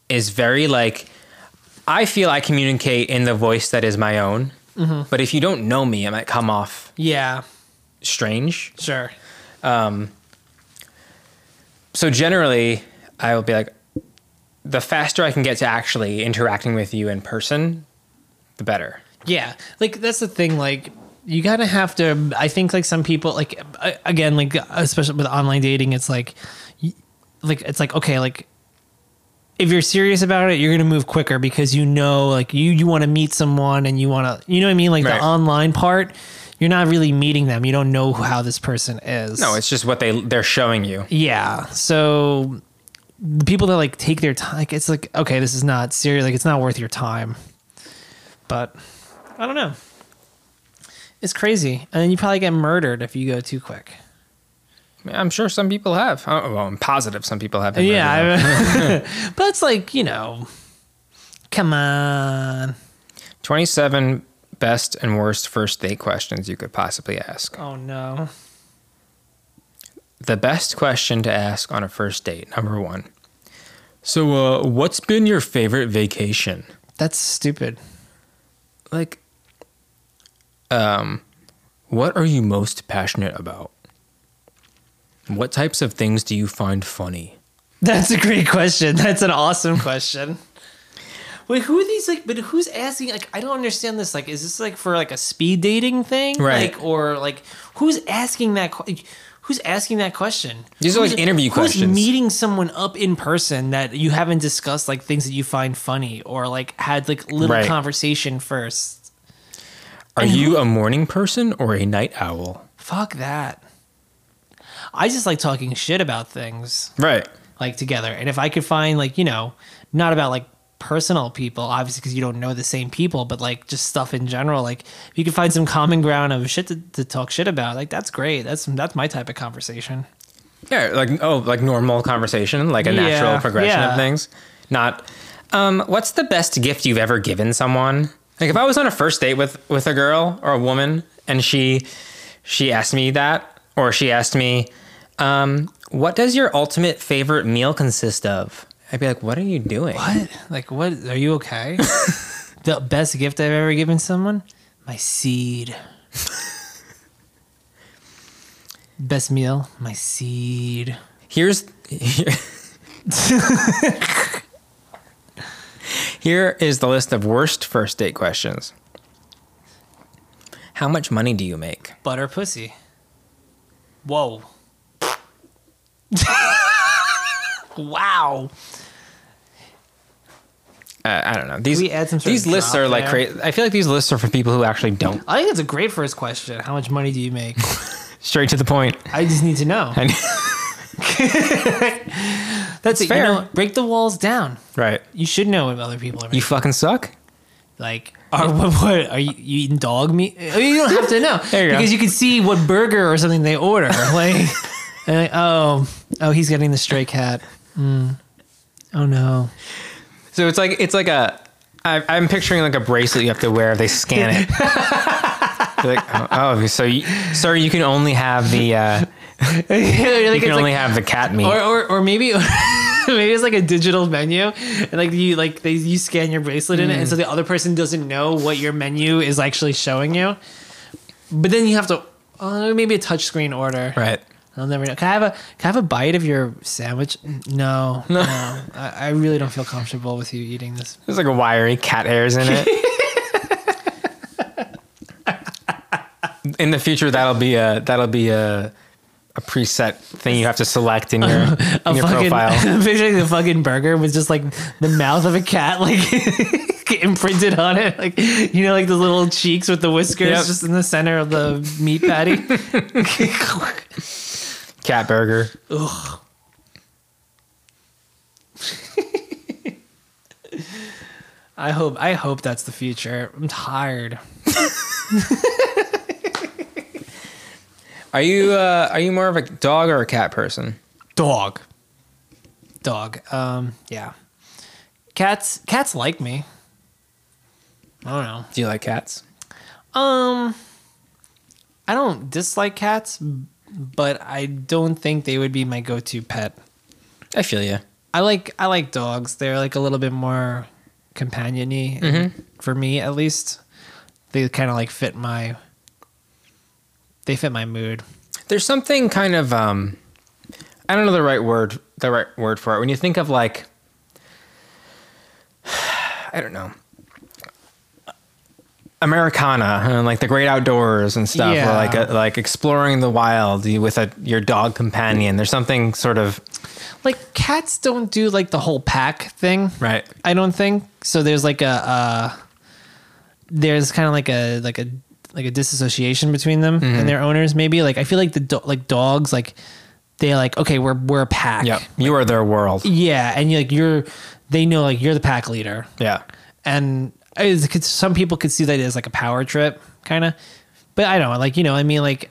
Speaker 1: is very like I feel I communicate in the voice that is my own. But if you don't know me, I might come off
Speaker 2: Yeah,
Speaker 1: strange.
Speaker 2: sure.
Speaker 1: So generally, I will be like, the faster I can get to actually interacting with you in person, the better.
Speaker 2: Yeah, like that's the thing. Like you gotta have to. I think like some people like a- again like especially with online dating, it's like y- like it's like okay like if you're serious about it, you're gonna move quicker because you know like you you want to meet someone and you want to you know what I mean like
Speaker 1: Right.
Speaker 2: the online part. You're not really meeting them. You don't know how this person is.
Speaker 1: No, it's just what they they're showing you.
Speaker 2: Yeah. So the people that like take their time, like, it's like, okay, this is not serious. Like, it's not worth your time. But I don't know. It's crazy. And then you probably get murdered if you go too quick.
Speaker 1: I'm sure some people have. Oh, well, I'm positive some people have. been murdered.
Speaker 2: Yeah. I- but it's like, you know, come on.
Speaker 1: 27 best and worst first date questions you could possibly ask.
Speaker 2: Oh, no.
Speaker 1: The best question to ask on a first date, number one. So, uh, what's been your favorite vacation?
Speaker 2: That's stupid.
Speaker 1: Like, um, what are you most passionate about? What types of things do you find funny?
Speaker 2: That's a great question. That's an awesome question. Wait, who are these like? But who's asking? Like, I don't understand this. Like, is this like for like a speed dating thing?
Speaker 1: Right.
Speaker 2: Like, or like, who's asking that? que- Who's asking that question?
Speaker 1: These are, like,
Speaker 2: Who's-
Speaker 1: interview
Speaker 2: who's
Speaker 1: questions.
Speaker 2: meeting someone up in person that you haven't discussed like things that you find funny or like had like little
Speaker 1: Right.
Speaker 2: conversation first.
Speaker 1: Are you a morning person or a night owl?
Speaker 2: Fuck that. I just like talking shit about things.
Speaker 1: Right.
Speaker 2: like together. And if I could find like, you know, not about like personal people, obviously because you don't know the same people, but like just stuff in general, like if you could find some common ground of shit to, to talk shit about, like that's great. That's that's my type of conversation.
Speaker 1: Yeah, like oh, like normal conversation, like a natural
Speaker 2: Yeah,
Speaker 1: progression of
Speaker 2: yeah.
Speaker 1: things. Not um, what's the best gift you've ever given someone? Like if I was on a first date with with a girl or a woman and she she asked me that or she asked me um, what does your ultimate favorite meal consist of? I'd be like, "What are you doing?"
Speaker 2: What? Like what are you okay? the best gift I've ever given someone? My seed. best meal? My seed.
Speaker 1: Here's Here is the list of worst first date questions. How much money do you make?
Speaker 2: Butter pussy. Whoa. wow.
Speaker 1: uh, I don't know. These
Speaker 2: we add some sort
Speaker 1: these
Speaker 2: of
Speaker 1: lists
Speaker 2: drop
Speaker 1: are like
Speaker 2: there?
Speaker 1: crazy. I feel like these lists are for people who actually don't
Speaker 2: I think that's a great first question. How much money do you make?
Speaker 1: straight to the point.
Speaker 2: I just need to know.
Speaker 1: And
Speaker 2: That's it.
Speaker 1: fair.
Speaker 2: You know, break the walls down.
Speaker 1: right,
Speaker 2: You should know what other people are
Speaker 1: you
Speaker 2: making.
Speaker 1: fucking suck.
Speaker 2: like. Are, what, what, are you, you eating dog meat? Oh, You don't have to know
Speaker 1: There you go.
Speaker 2: because you can see what burger or something they order. Like, and like, oh, oh, he's getting the stray cat. Mm. Oh no,
Speaker 1: So it's like it's like a. I, I'm picturing like a bracelet you have to wear if they scan it. You're like, oh, oh, so you, sir, you can only have the uh, you
Speaker 2: Like,
Speaker 1: can
Speaker 2: it's
Speaker 1: only
Speaker 2: like-
Speaker 1: have the cat meat.
Speaker 2: or, or or maybe maybe it's like a digital menu, and like you like they you scan your bracelet in it,
Speaker 1: Mm.
Speaker 2: and so the other person doesn't know what your menu is actually showing you. But then you have to uh, maybe a touch screen order.
Speaker 1: right.
Speaker 2: I'll never know. Can I have a can I have a bite of your sandwich? No, no. I, I really don't feel comfortable with you eating this.
Speaker 1: There's like a wiry cat hairs in it. in the future, that'll be a that'll be a a preset thing you have to select in your in your
Speaker 2: fucking,
Speaker 1: profile.
Speaker 2: I'm picturing the fucking burger with just like the mouth of a cat, like imprinted on it, like you know, like the little cheeks with the whiskers
Speaker 1: Yep.
Speaker 2: just in the center of the meat patty.
Speaker 1: Cat burger.
Speaker 2: I hope I hope that's the future. I'm tired.
Speaker 1: Are you uh, are you more of a dog or a cat person?
Speaker 2: Dog, dog. Um, yeah. Cats, cats like me. I don't know.
Speaker 1: Do you like cats?
Speaker 2: Um, I don't dislike cats, but I don't think they would be my go-to pet.
Speaker 1: I feel you.
Speaker 2: I like I like dogs. They're like a little bit more companiony y for me, at least. They kind of like fit my. They fit my mood.
Speaker 1: There's something kind of um, I don't know the right word the right word for it. When you think of like, I don't know. Americana and like the great outdoors and stuff,
Speaker 2: Yeah.
Speaker 1: or like a, like exploring the wild you- with a your dog companion. There's something sort of
Speaker 2: Like cats don't do like the whole pack thing.
Speaker 1: right.
Speaker 2: I don't think so. There's like a uh, there's kind of like a like a like a disassociation between them
Speaker 1: Mm-hmm.
Speaker 2: and their owners. Maybe like I feel like the do- like dogs like they like okay we're we're a pack.
Speaker 1: Yep, you are their world.
Speaker 2: Yeah, and you like you're they know like you're the pack leader,
Speaker 1: Yeah,
Speaker 2: and it's, 'cause some people could see that as like a power trip kind of, but I don't like you know I mean like.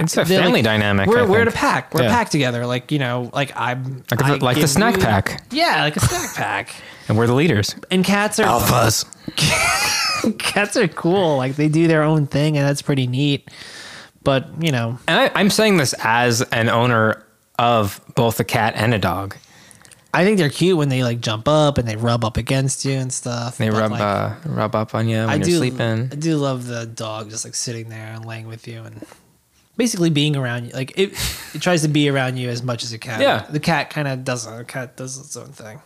Speaker 1: it's a
Speaker 2: they're,
Speaker 1: family
Speaker 2: like,
Speaker 1: dynamic. I
Speaker 2: We're, we're in a
Speaker 1: think.
Speaker 2: pack. We're a
Speaker 1: Yeah.
Speaker 2: pack together. Like you know, like I'm
Speaker 1: Like the-
Speaker 2: I
Speaker 1: like the
Speaker 2: give
Speaker 1: snack
Speaker 2: you-
Speaker 1: pack.
Speaker 2: Yeah, like a snack pack.
Speaker 1: and we're the leaders.
Speaker 2: And cats are
Speaker 1: Alphas.
Speaker 2: cats are cool. Like they do their own thing, and that's pretty neat. But you know,
Speaker 1: And I, I'm saying this as an owner of both a cat and a dog.
Speaker 2: I think they're cute when they like jump up and they rub up against you and stuff.
Speaker 1: They
Speaker 2: but,
Speaker 1: rub
Speaker 2: like,
Speaker 1: uh, rub up on you when
Speaker 2: I
Speaker 1: you're
Speaker 2: do.
Speaker 1: sleeping.
Speaker 2: I do love the dog just like sitting there and laying with you and basically being around you. Like it, it tries to be around you as much as a cat.
Speaker 1: Yeah.
Speaker 2: the cat kind of doesn't. The cat does its own thing.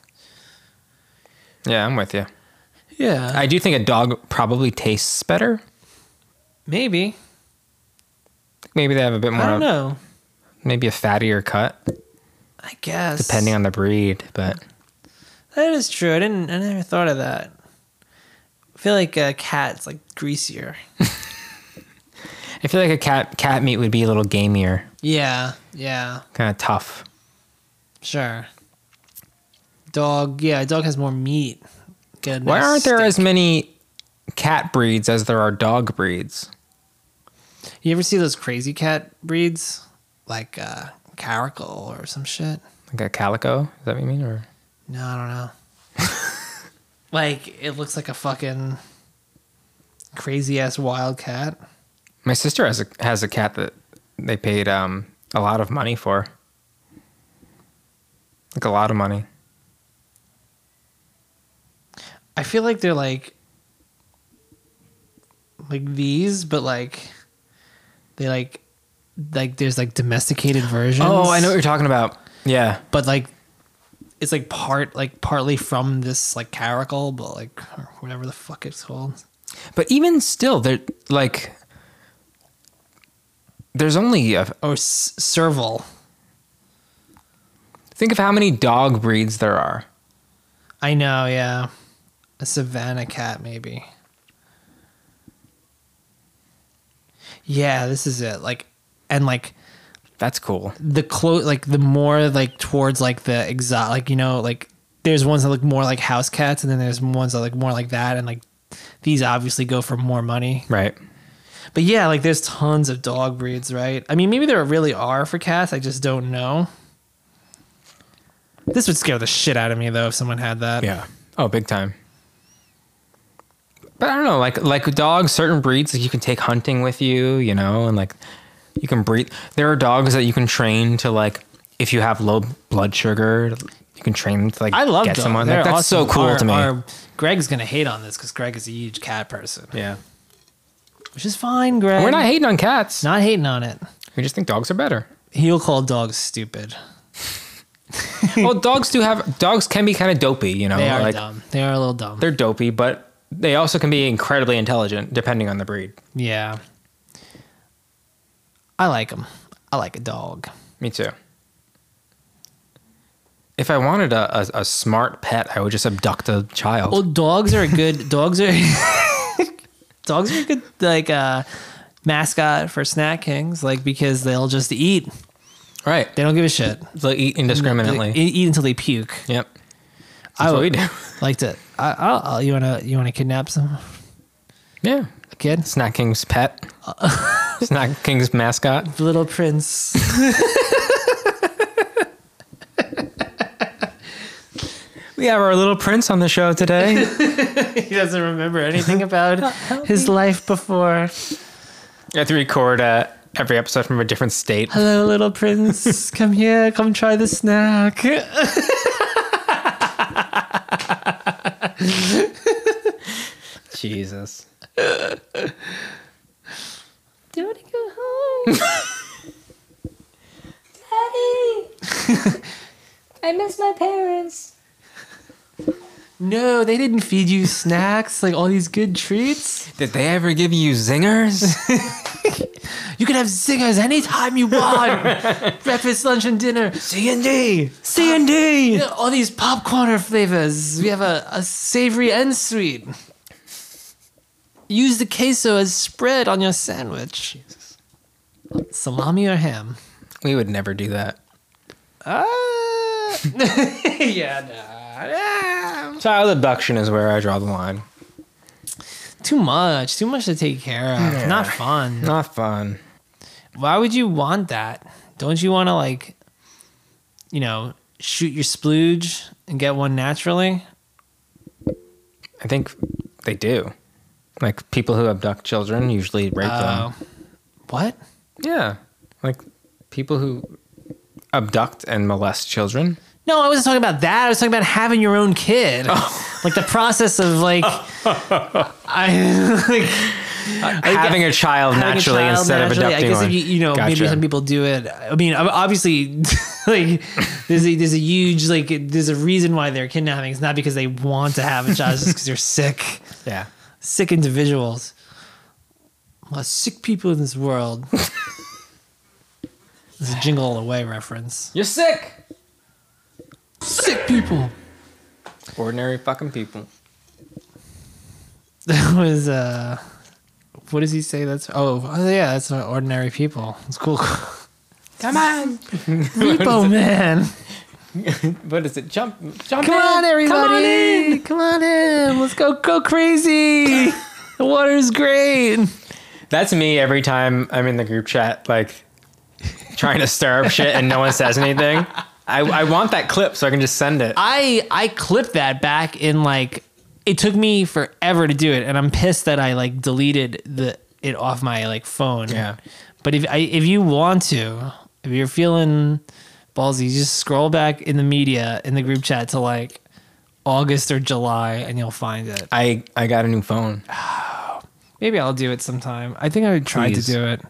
Speaker 1: Yeah, I'm with you.
Speaker 2: Yeah,
Speaker 1: I do think a dog probably tastes better.
Speaker 2: maybe.
Speaker 1: Maybe they have a bit more,
Speaker 2: I don't
Speaker 1: of-
Speaker 2: know.
Speaker 1: maybe a fattier cut,
Speaker 2: I guess
Speaker 1: depending on the breed. But
Speaker 2: that is true. I didn't. I never thought of that. I feel like a cat's like greasier.
Speaker 1: I feel like a cat cat meat would be a little gamier,
Speaker 2: Yeah, yeah,
Speaker 1: kind of tough.
Speaker 2: sure. Dog, yeah, dog has more meat. Goodness.
Speaker 1: Why aren't there as many cat breeds as there are dog breeds?
Speaker 2: You ever see those crazy cat breeds, like uh, caracal or some shit?
Speaker 1: Like a calico? Is that what you mean? Or
Speaker 2: No, I don't know. like it looks like a fucking crazy ass wild cat.
Speaker 1: my sister has a has a cat that they paid um a lot of money for, like a lot of money.
Speaker 2: I feel like they're like like these, but like they like like there's like domesticated versions.
Speaker 1: Oh, I know what you're talking about. Yeah,
Speaker 2: but like it's like part like partly from this like caracal but like or whatever the fuck it's called
Speaker 1: But even still, there like there's only a,
Speaker 2: oh s- serval
Speaker 1: think of how many dog breeds there are.
Speaker 2: i know yeah a savannah cat maybe yeah this is it like and like
Speaker 1: That's cool.
Speaker 2: the close like the more like towards like the exotic like you know like there's ones that look more like house cats and then there's ones that look more like that and like these obviously go for more money.
Speaker 1: Right.
Speaker 2: But yeah, like there's tons of dog breeds, right? I mean, maybe there really are for cats. I just don't know. This would scare the shit out of me though if someone had that.
Speaker 1: Yeah. Oh, big time. But I don't know, like like dogs, certain breeds like you can take hunting with you, you know, and like you can breed. There are dogs that you can train to like if you have low blood sugar, you can train them to like
Speaker 2: I love
Speaker 1: get
Speaker 2: dogs.
Speaker 1: someone. Like,
Speaker 2: They're
Speaker 1: that's so
Speaker 2: awesome.
Speaker 1: cool
Speaker 2: Our-
Speaker 1: to me.
Speaker 2: our- Greg's gonna hate on this because Greg is a huge cat person,
Speaker 1: yeah,
Speaker 2: which is fine. Greg,
Speaker 1: we're not hating on cats.
Speaker 2: not hating on it.
Speaker 1: We just think dogs are better.
Speaker 2: He'll call dogs stupid.
Speaker 1: well, dogs do have dogs can be kind of dopey, you know,
Speaker 2: They are
Speaker 1: like
Speaker 2: dumb. They are a little dumb.
Speaker 1: they're dopey, but they also can be incredibly intelligent depending on the breed.
Speaker 2: Yeah, I like them. I like a dog.
Speaker 1: Me too. If I wanted a, a, a smart pet, I would just abduct a child.
Speaker 2: Well, dogs are a good dogs are dogs are a good like uh, mascot for snack kings, like because they'll just eat.
Speaker 1: right.
Speaker 2: They don't give a shit.
Speaker 1: They'll eat
Speaker 2: They
Speaker 1: indiscriminately.
Speaker 2: eat until they puke.
Speaker 1: yep.
Speaker 2: I would
Speaker 1: what we do.
Speaker 2: like to. I, I'll, I'll, you wanna you wanna kidnap some
Speaker 1: Yeah.
Speaker 2: kid?
Speaker 1: Snack King's pet. Snack King's mascot.
Speaker 2: Little Prince.
Speaker 1: We have our little prince on the show today.
Speaker 2: he doesn't remember anything about his life before.
Speaker 1: I have to record uh, every episode from a different state.
Speaker 2: Hello, little prince. Come here. Come try the snack.
Speaker 1: Jesus.
Speaker 2: Do you want to go home?
Speaker 4: Daddy! I miss my parents.
Speaker 2: No, they didn't feed you snacks like all these good treats.
Speaker 1: Did they ever give you zingers?
Speaker 2: You can have zingers anytime you want. Breakfast, lunch, and dinner.
Speaker 1: C and D. C and D.
Speaker 2: All these popcorn flavors. We have a, a savory and sweet. Use the queso as spread on your sandwich. Salami or ham?
Speaker 1: We would never do that.
Speaker 2: Uh, yeah, nah.
Speaker 1: Child abduction is where I draw the line.
Speaker 2: Too much. Too much to take care of. Not fun.
Speaker 1: Not fun.
Speaker 2: why would you want that? Don't you want to like, you know, shoot your splooge and get one naturally?
Speaker 1: I think they do. Like people who abduct children usually rape
Speaker 2: Uh,
Speaker 1: them.
Speaker 2: what?
Speaker 1: Yeah. Like people who abduct and molest children.
Speaker 2: No, I wasn't talking about that. I was talking about having your own kid,
Speaker 1: Oh.
Speaker 2: like the process of like, I like
Speaker 1: having a child
Speaker 2: having a
Speaker 1: naturally
Speaker 2: child
Speaker 1: instead of
Speaker 2: naturally.
Speaker 1: adopting
Speaker 2: I guess
Speaker 1: one.
Speaker 2: if you, you know, maybe
Speaker 1: Gotcha.
Speaker 2: some people do it. I mean, ob- obviously, like there's a, there's a huge like there's a reason why they're kidnapping. It's not because they want to have a child, it's just because they're sick.
Speaker 1: Yeah.
Speaker 2: sick individuals. A lot of sick people in this world. this is a jingle all the way reference.
Speaker 1: You're sick.
Speaker 2: Sick people.
Speaker 1: Ordinary fucking people.
Speaker 2: That was uh what does he say that's oh, oh yeah, that's not ordinary people. It's cool.
Speaker 1: Come on.
Speaker 2: Repo man.
Speaker 1: What is it? Jump jump
Speaker 2: Come
Speaker 1: in.
Speaker 2: on everybody.
Speaker 1: Come
Speaker 2: Come on
Speaker 1: on in.
Speaker 2: in. Let's go go crazy. the water's great.
Speaker 1: That's me every time I'm in the group chat, like trying to stir up shit and no one says anything. I, I want that clip so I can just send it.
Speaker 2: I I clipped that back in like it took me forever to do it, and I'm pissed that I like deleted the it off my like phone.
Speaker 1: Yeah.
Speaker 2: But if I if you want to, if you're feeling ballsy, you just scroll back in the media in the group chat to like August or July, and you'll find it.
Speaker 1: I, I got a new phone.
Speaker 2: Maybe I'll do it sometime. I think I would try
Speaker 1: Please.
Speaker 2: to do it.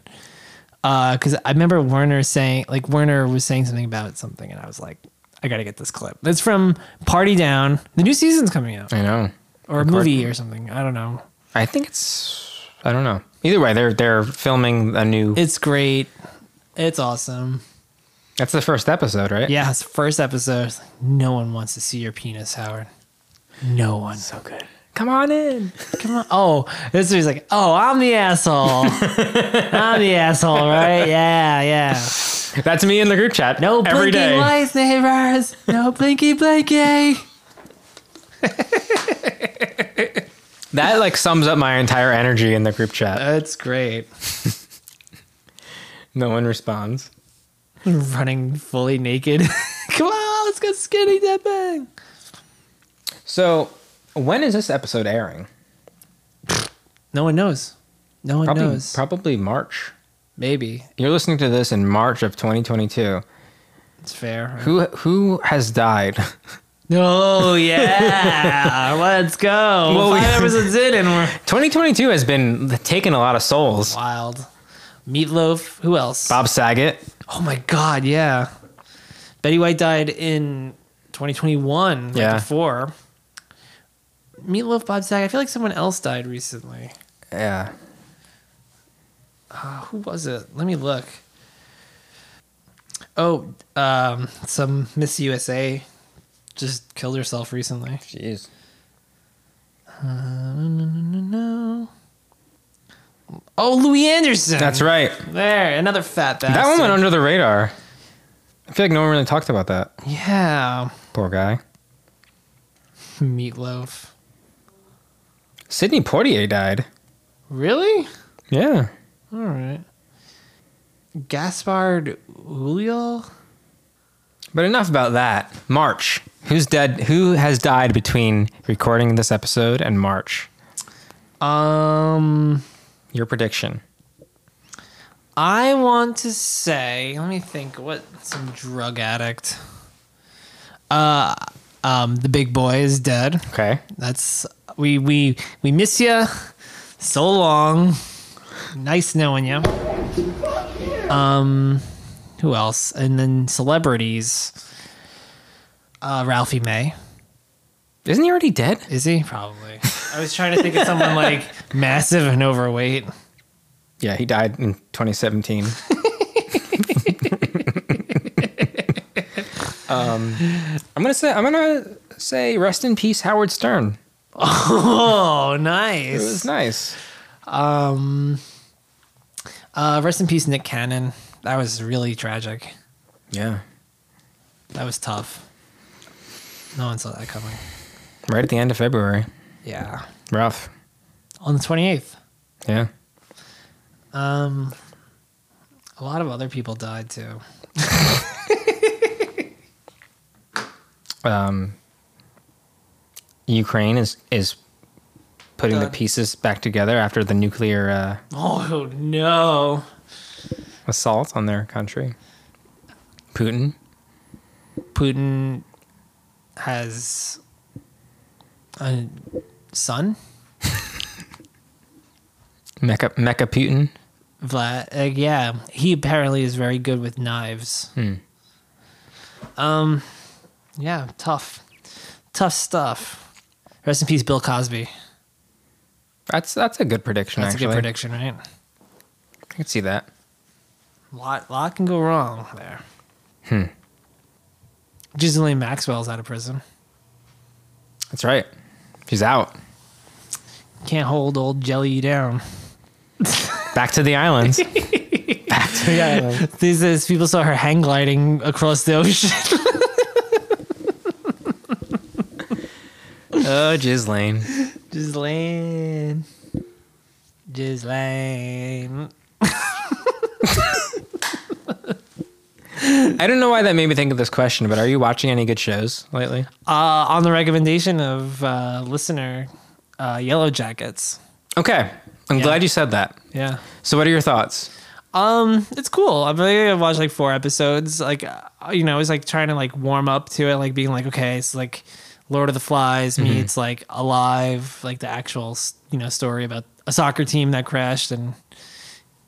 Speaker 2: Uh, cause I remember Werner saying, like Werner was saying something about something, and I was like, I gotta get this clip. It's from Party Down. The new season's coming out.
Speaker 1: I know.
Speaker 2: or a
Speaker 1: Record-
Speaker 2: movie or something. I don't know.
Speaker 1: I think it's I don't know. Either way, they're they're filming a new.
Speaker 2: It's great. It's awesome.
Speaker 1: that's the first episode, right?
Speaker 2: Yeah, it's the first episode. It's like, no one wants to see your penis, Howard. No one. So good.
Speaker 1: Come on in.
Speaker 2: Come on. Oh, this is like, oh, I'm the asshole. I'm the asshole, right? Yeah, yeah.
Speaker 1: That's me in the group chat.
Speaker 2: No blinky
Speaker 1: every day.
Speaker 2: lights, neighbors. No blinky blinky.
Speaker 1: That like sums up my entire energy in the group chat.
Speaker 2: That's great.
Speaker 1: No one responds.
Speaker 2: Running fully naked. Come on, let's go skinny dipping.
Speaker 1: So, when is this episode airing?
Speaker 2: No one knows. No one
Speaker 1: Probably
Speaker 2: knows.
Speaker 1: probably March.
Speaker 2: Maybe
Speaker 1: You're listening to this in March of 2022.
Speaker 2: it's fair.
Speaker 1: Who who has died?
Speaker 2: Oh yeah, let's go.
Speaker 1: Well, we-
Speaker 2: Five episodes in and we're
Speaker 1: 2022 has been taking a lot of souls.
Speaker 2: wild. Meatloaf. Who else?
Speaker 1: Bob Saget.
Speaker 2: Oh my god, yeah. Betty White died in 2021. right
Speaker 1: Yeah.
Speaker 2: before. Meatloaf Bob Saget. I feel like someone else died recently. Uh,
Speaker 1: Yeah.
Speaker 2: who was it? Let me look. Oh, um, some Miss USA just killed herself recently.
Speaker 1: Jeez.
Speaker 2: No. Oh, Louis Anderson.
Speaker 1: That's right.
Speaker 2: There, another fat bastard.
Speaker 1: That one went under the radar. I feel like no one really talked about that.
Speaker 2: Yeah,
Speaker 1: Poor guy.
Speaker 2: meatloaf.
Speaker 1: Sidney Poitier died.
Speaker 2: Really?
Speaker 1: Yeah.
Speaker 2: All right. Gaspard Ulliel.
Speaker 1: But enough about that. March. Who's dead? Who has died between recording this episode and March?
Speaker 2: Um,
Speaker 1: Your prediction.
Speaker 2: I want to say. Let me think. What some drug addict? Uh, um, the big boy is dead.
Speaker 1: Okay.
Speaker 2: That's we we we miss you. So long. Nice knowing you. Um, who else? And then celebrities. Uh, Ralphie May
Speaker 1: Isn't he already dead?
Speaker 2: is he probably? I was trying to think of someone like massive and overweight.
Speaker 1: Yeah, he died in 2017. um, Um, I'm gonna say I'm gonna say rest in peace, Howard Stern.
Speaker 2: Oh,
Speaker 1: It
Speaker 2: nice.
Speaker 1: was nice.
Speaker 2: Uh, rest in peace, Nick Cannon. That was really tragic.
Speaker 1: Yeah.
Speaker 2: That was tough. No one saw that coming.
Speaker 1: Right at the end of February.
Speaker 2: Yeah.
Speaker 1: Rough.
Speaker 2: On the 28th.
Speaker 1: Yeah.
Speaker 2: Um, a lot of other people died too.
Speaker 1: Um, Ukraine is is putting the
Speaker 2: Done.
Speaker 1: pieces back together after the nuclear uh,
Speaker 2: Oh no.
Speaker 1: assault on their country. Putin.
Speaker 2: Putin has a son,
Speaker 1: Mecha Mecha Putin.
Speaker 2: Vlad. Uh, yeah, he apparently is very good with knives. Um, yeah, tough, tough stuff. Rest in peace, Bill Cosby.
Speaker 1: That's that's a good prediction.
Speaker 2: That's
Speaker 1: actually.
Speaker 2: a good prediction, right?
Speaker 1: I can see that.
Speaker 2: lot, lot can go wrong there. Hmm. Ghislaine Maxwell's out of prison.
Speaker 1: That's right. She's out.
Speaker 2: Can't hold old Jelly down.
Speaker 1: Back to the islands. Back to the islands.
Speaker 2: These days, people saw her hang gliding across the ocean.
Speaker 1: Oh, Ghislaine.
Speaker 2: Ghislaine. Ghislaine.
Speaker 1: I don't know why that made me think of this question, but are you watching any good shows lately?
Speaker 2: Uh, on the recommendation of uh, listener uh, Yellow Jackets.
Speaker 1: Okay. I'm
Speaker 2: Yeah.
Speaker 1: glad you said that.
Speaker 2: Yeah.
Speaker 1: So, what are your thoughts?
Speaker 2: Um, it's cool. I mean, I watched like four episodes. Like, uh, you know, I was like trying to like warm up to it, like being like, okay, it's like Lord of the Flies meets like Alive, like the actual s- you know story about a soccer team that crashed and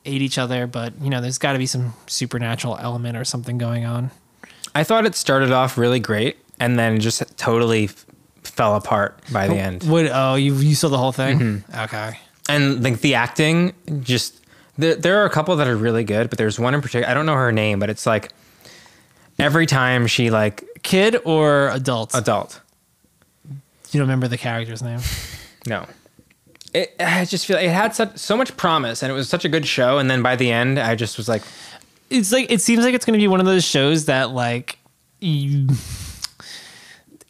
Speaker 2: ate each other. But you know, there's got to be some supernatural element or something going on.
Speaker 1: I thought it started off really great and then just totally f- fell apart by the end.
Speaker 2: What? Oh, you you saw the whole thing? Okay.
Speaker 1: and like the acting just there, there are a couple that are really good but there's one in particular i don't know her name but it's like every time she like
Speaker 2: Kid or adults?
Speaker 1: adult
Speaker 2: you don't remember the character's name?
Speaker 1: no it, i just feel it had such, so much promise and it was such a good show and then by the end i just was like
Speaker 2: it's like it seems like it's going to be one of those shows that like you,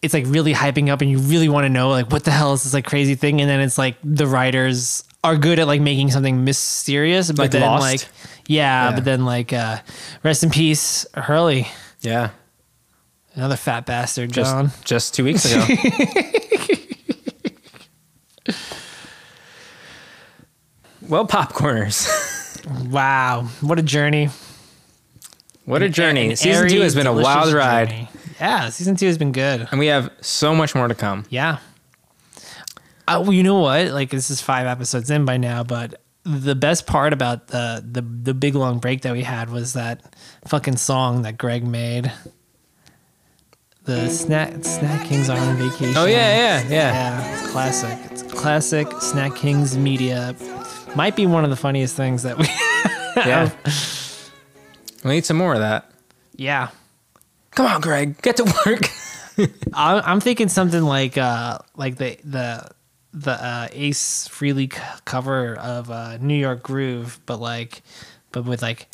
Speaker 2: it's like really hyping up and you really want to know like what the hell is this like crazy thing and then it's like the writers are good at like making something mysterious but
Speaker 1: Like
Speaker 2: then
Speaker 1: Lost?
Speaker 2: like yeah,
Speaker 1: Yeah.
Speaker 2: but then like uh rest in peace Hurley
Speaker 1: Yeah.
Speaker 2: another fat bastard
Speaker 1: Just
Speaker 2: John
Speaker 1: just two weeks ago. well, popcorners.
Speaker 2: wow what a journey
Speaker 1: What a journey.
Speaker 2: An
Speaker 1: Season two
Speaker 2: airy,
Speaker 1: has been a
Speaker 2: delicious
Speaker 1: wild ride,
Speaker 2: journey. yeah season 2 has been good
Speaker 1: and we have so much more to come.
Speaker 2: Yeah. Uh, well, you know what? Like this is five episodes in by now, but the best part about the the the big long break that we had was that fucking song that Greg made. The snack snack kings are on vacation.
Speaker 1: Oh, yeah, yeah, yeah.
Speaker 2: Yeah, it's classic. It's classic snack kings media. Might be one of the funniest things that we. Oh.
Speaker 1: Yeah. We need some more of that.
Speaker 2: yeah.
Speaker 1: Come on, Greg, get to work.
Speaker 2: I'm, I'm thinking something like uh like the the the uh, Ace Freely c- cover of uh, New York Groove, but like but with like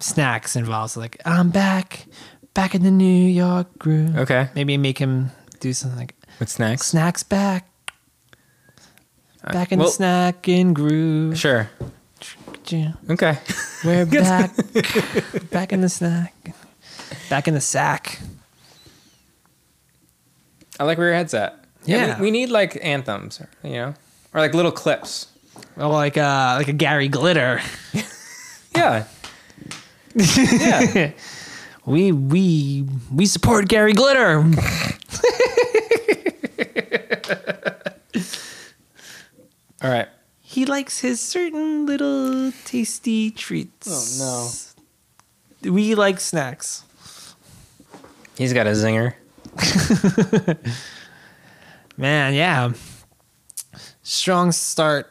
Speaker 2: snacks involved. So like I'm back, back in the New York Groove.
Speaker 1: Okay.
Speaker 2: Maybe make him do something like
Speaker 1: What's next?
Speaker 2: snacks back, back in
Speaker 1: well-
Speaker 2: the snack and groove.
Speaker 1: Sure.
Speaker 2: Yeah.
Speaker 1: Okay.
Speaker 2: We're back, back in the snack, back in the sack.
Speaker 1: I like where your head's at.
Speaker 2: Yeah.
Speaker 1: we, we need like anthems, you know, or like little clips.
Speaker 2: Or like uh like a Gary Glitter.
Speaker 1: Yeah. yeah.
Speaker 2: we we we support Gary Glitter.
Speaker 1: All right.
Speaker 2: He likes his certain little tasty treats.
Speaker 1: Oh,
Speaker 2: no. We like snacks.
Speaker 1: He's got a zinger.
Speaker 2: Man, yeah. Strong start.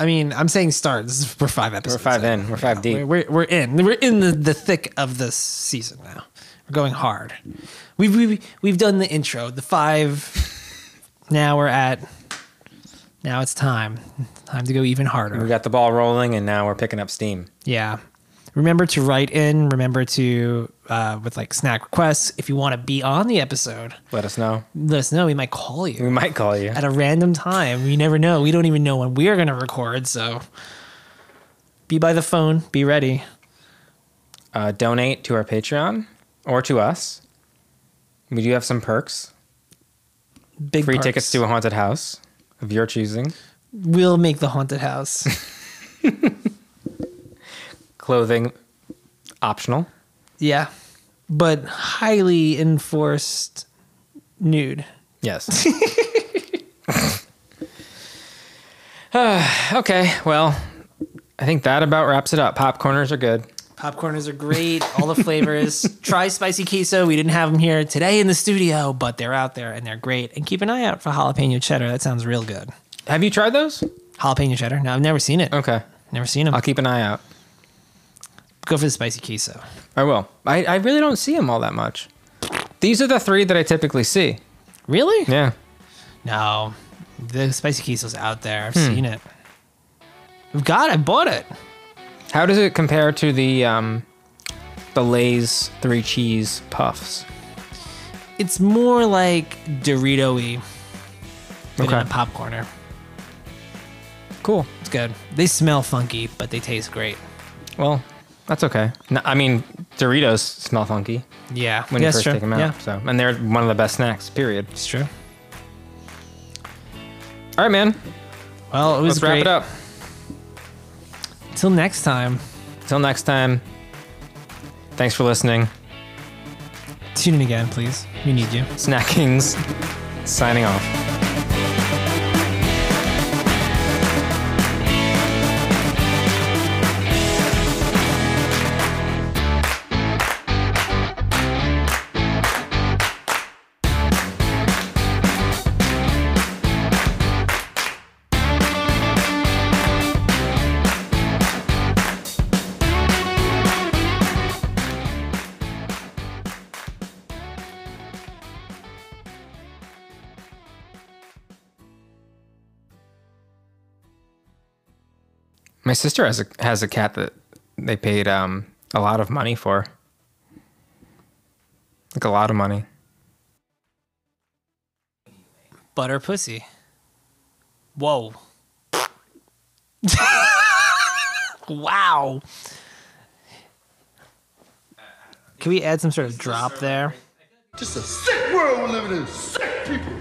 Speaker 2: I mean, I'm saying start. This is, we're five
Speaker 1: We're
Speaker 2: episodes.
Speaker 1: five
Speaker 2: in.
Speaker 1: in. We're five deep.
Speaker 2: We're, we're, we're in. We're in the, the thick of this season now. We're going hard. We've, we've, we've done the intro, the five. Now we're at. Now it's time. Time to go even harder.
Speaker 1: We got the ball rolling, and now we're picking up steam.
Speaker 2: Yeah. Remember to write in. Remember to uh, with like snack requests. If you want to be on the episode,
Speaker 1: Let us know.
Speaker 2: let us know. We might call you
Speaker 1: We might call you.
Speaker 2: at a random time. You never know. We don't even know when we're gonna record, so be by the phone. Be ready.
Speaker 1: Uh, donate to our Patreon or to us. We do have some perks.
Speaker 2: Big
Speaker 1: Free
Speaker 2: parts.
Speaker 1: tickets to a haunted house of your choosing.
Speaker 2: We'll make the haunted house.
Speaker 1: Clothing optional.
Speaker 2: yeah, but highly enforced nude.
Speaker 1: Yes. Ah, okay. Well, I think that about wraps it up. Popcorners are good.
Speaker 2: Popcorners are great, all the flavors. Try spicy queso. We didn't have them here today in the studio, but they're out there and they're great. And keep an eye out for jalapeno cheddar. That sounds real good.
Speaker 1: Have you tried those?
Speaker 2: Jalapeno cheddar? No, I've never seen it.
Speaker 1: Oh. Okay.
Speaker 2: Never seen them.
Speaker 1: I'll keep an eye out.
Speaker 2: Go for the spicy queso.
Speaker 1: I will. I, I really don't see them all that much. These are the three that I typically see.
Speaker 2: Really?
Speaker 1: Yeah.
Speaker 2: No, the spicy queso's out there. I've
Speaker 1: Hmm.
Speaker 2: seen it. We've got. it. I bought it.
Speaker 1: How does it compare to the um, the Lay's three cheese puffs?
Speaker 2: It's more like Dorito-y than
Speaker 1: Okay.
Speaker 2: a popcorner.
Speaker 1: Cool.
Speaker 2: It's good. They smell funky, but they taste great.
Speaker 1: Well, that's okay. No, I mean, Doritos smell funky
Speaker 2: Yeah,
Speaker 1: when
Speaker 2: Yeah,
Speaker 1: you
Speaker 2: it's
Speaker 1: first
Speaker 2: true.
Speaker 1: take them out.
Speaker 2: Yeah,
Speaker 1: So, and they're one of the best snacks. Period.
Speaker 2: it's true.
Speaker 1: All right, man.
Speaker 2: Well, it was
Speaker 1: Let's
Speaker 2: great.
Speaker 1: wrap it up.
Speaker 2: Till next time,
Speaker 1: Till next time. Thanks for listening.
Speaker 2: tune in again, please. We need you.
Speaker 1: Snackings. Signing off. My sister has a has a cat that they paid um a lot of money for. Like a lot of money.
Speaker 2: butter pussy. Whoa. wow. Can we add some sort of drop there?
Speaker 5: Just a sick world we're living in. Sick people.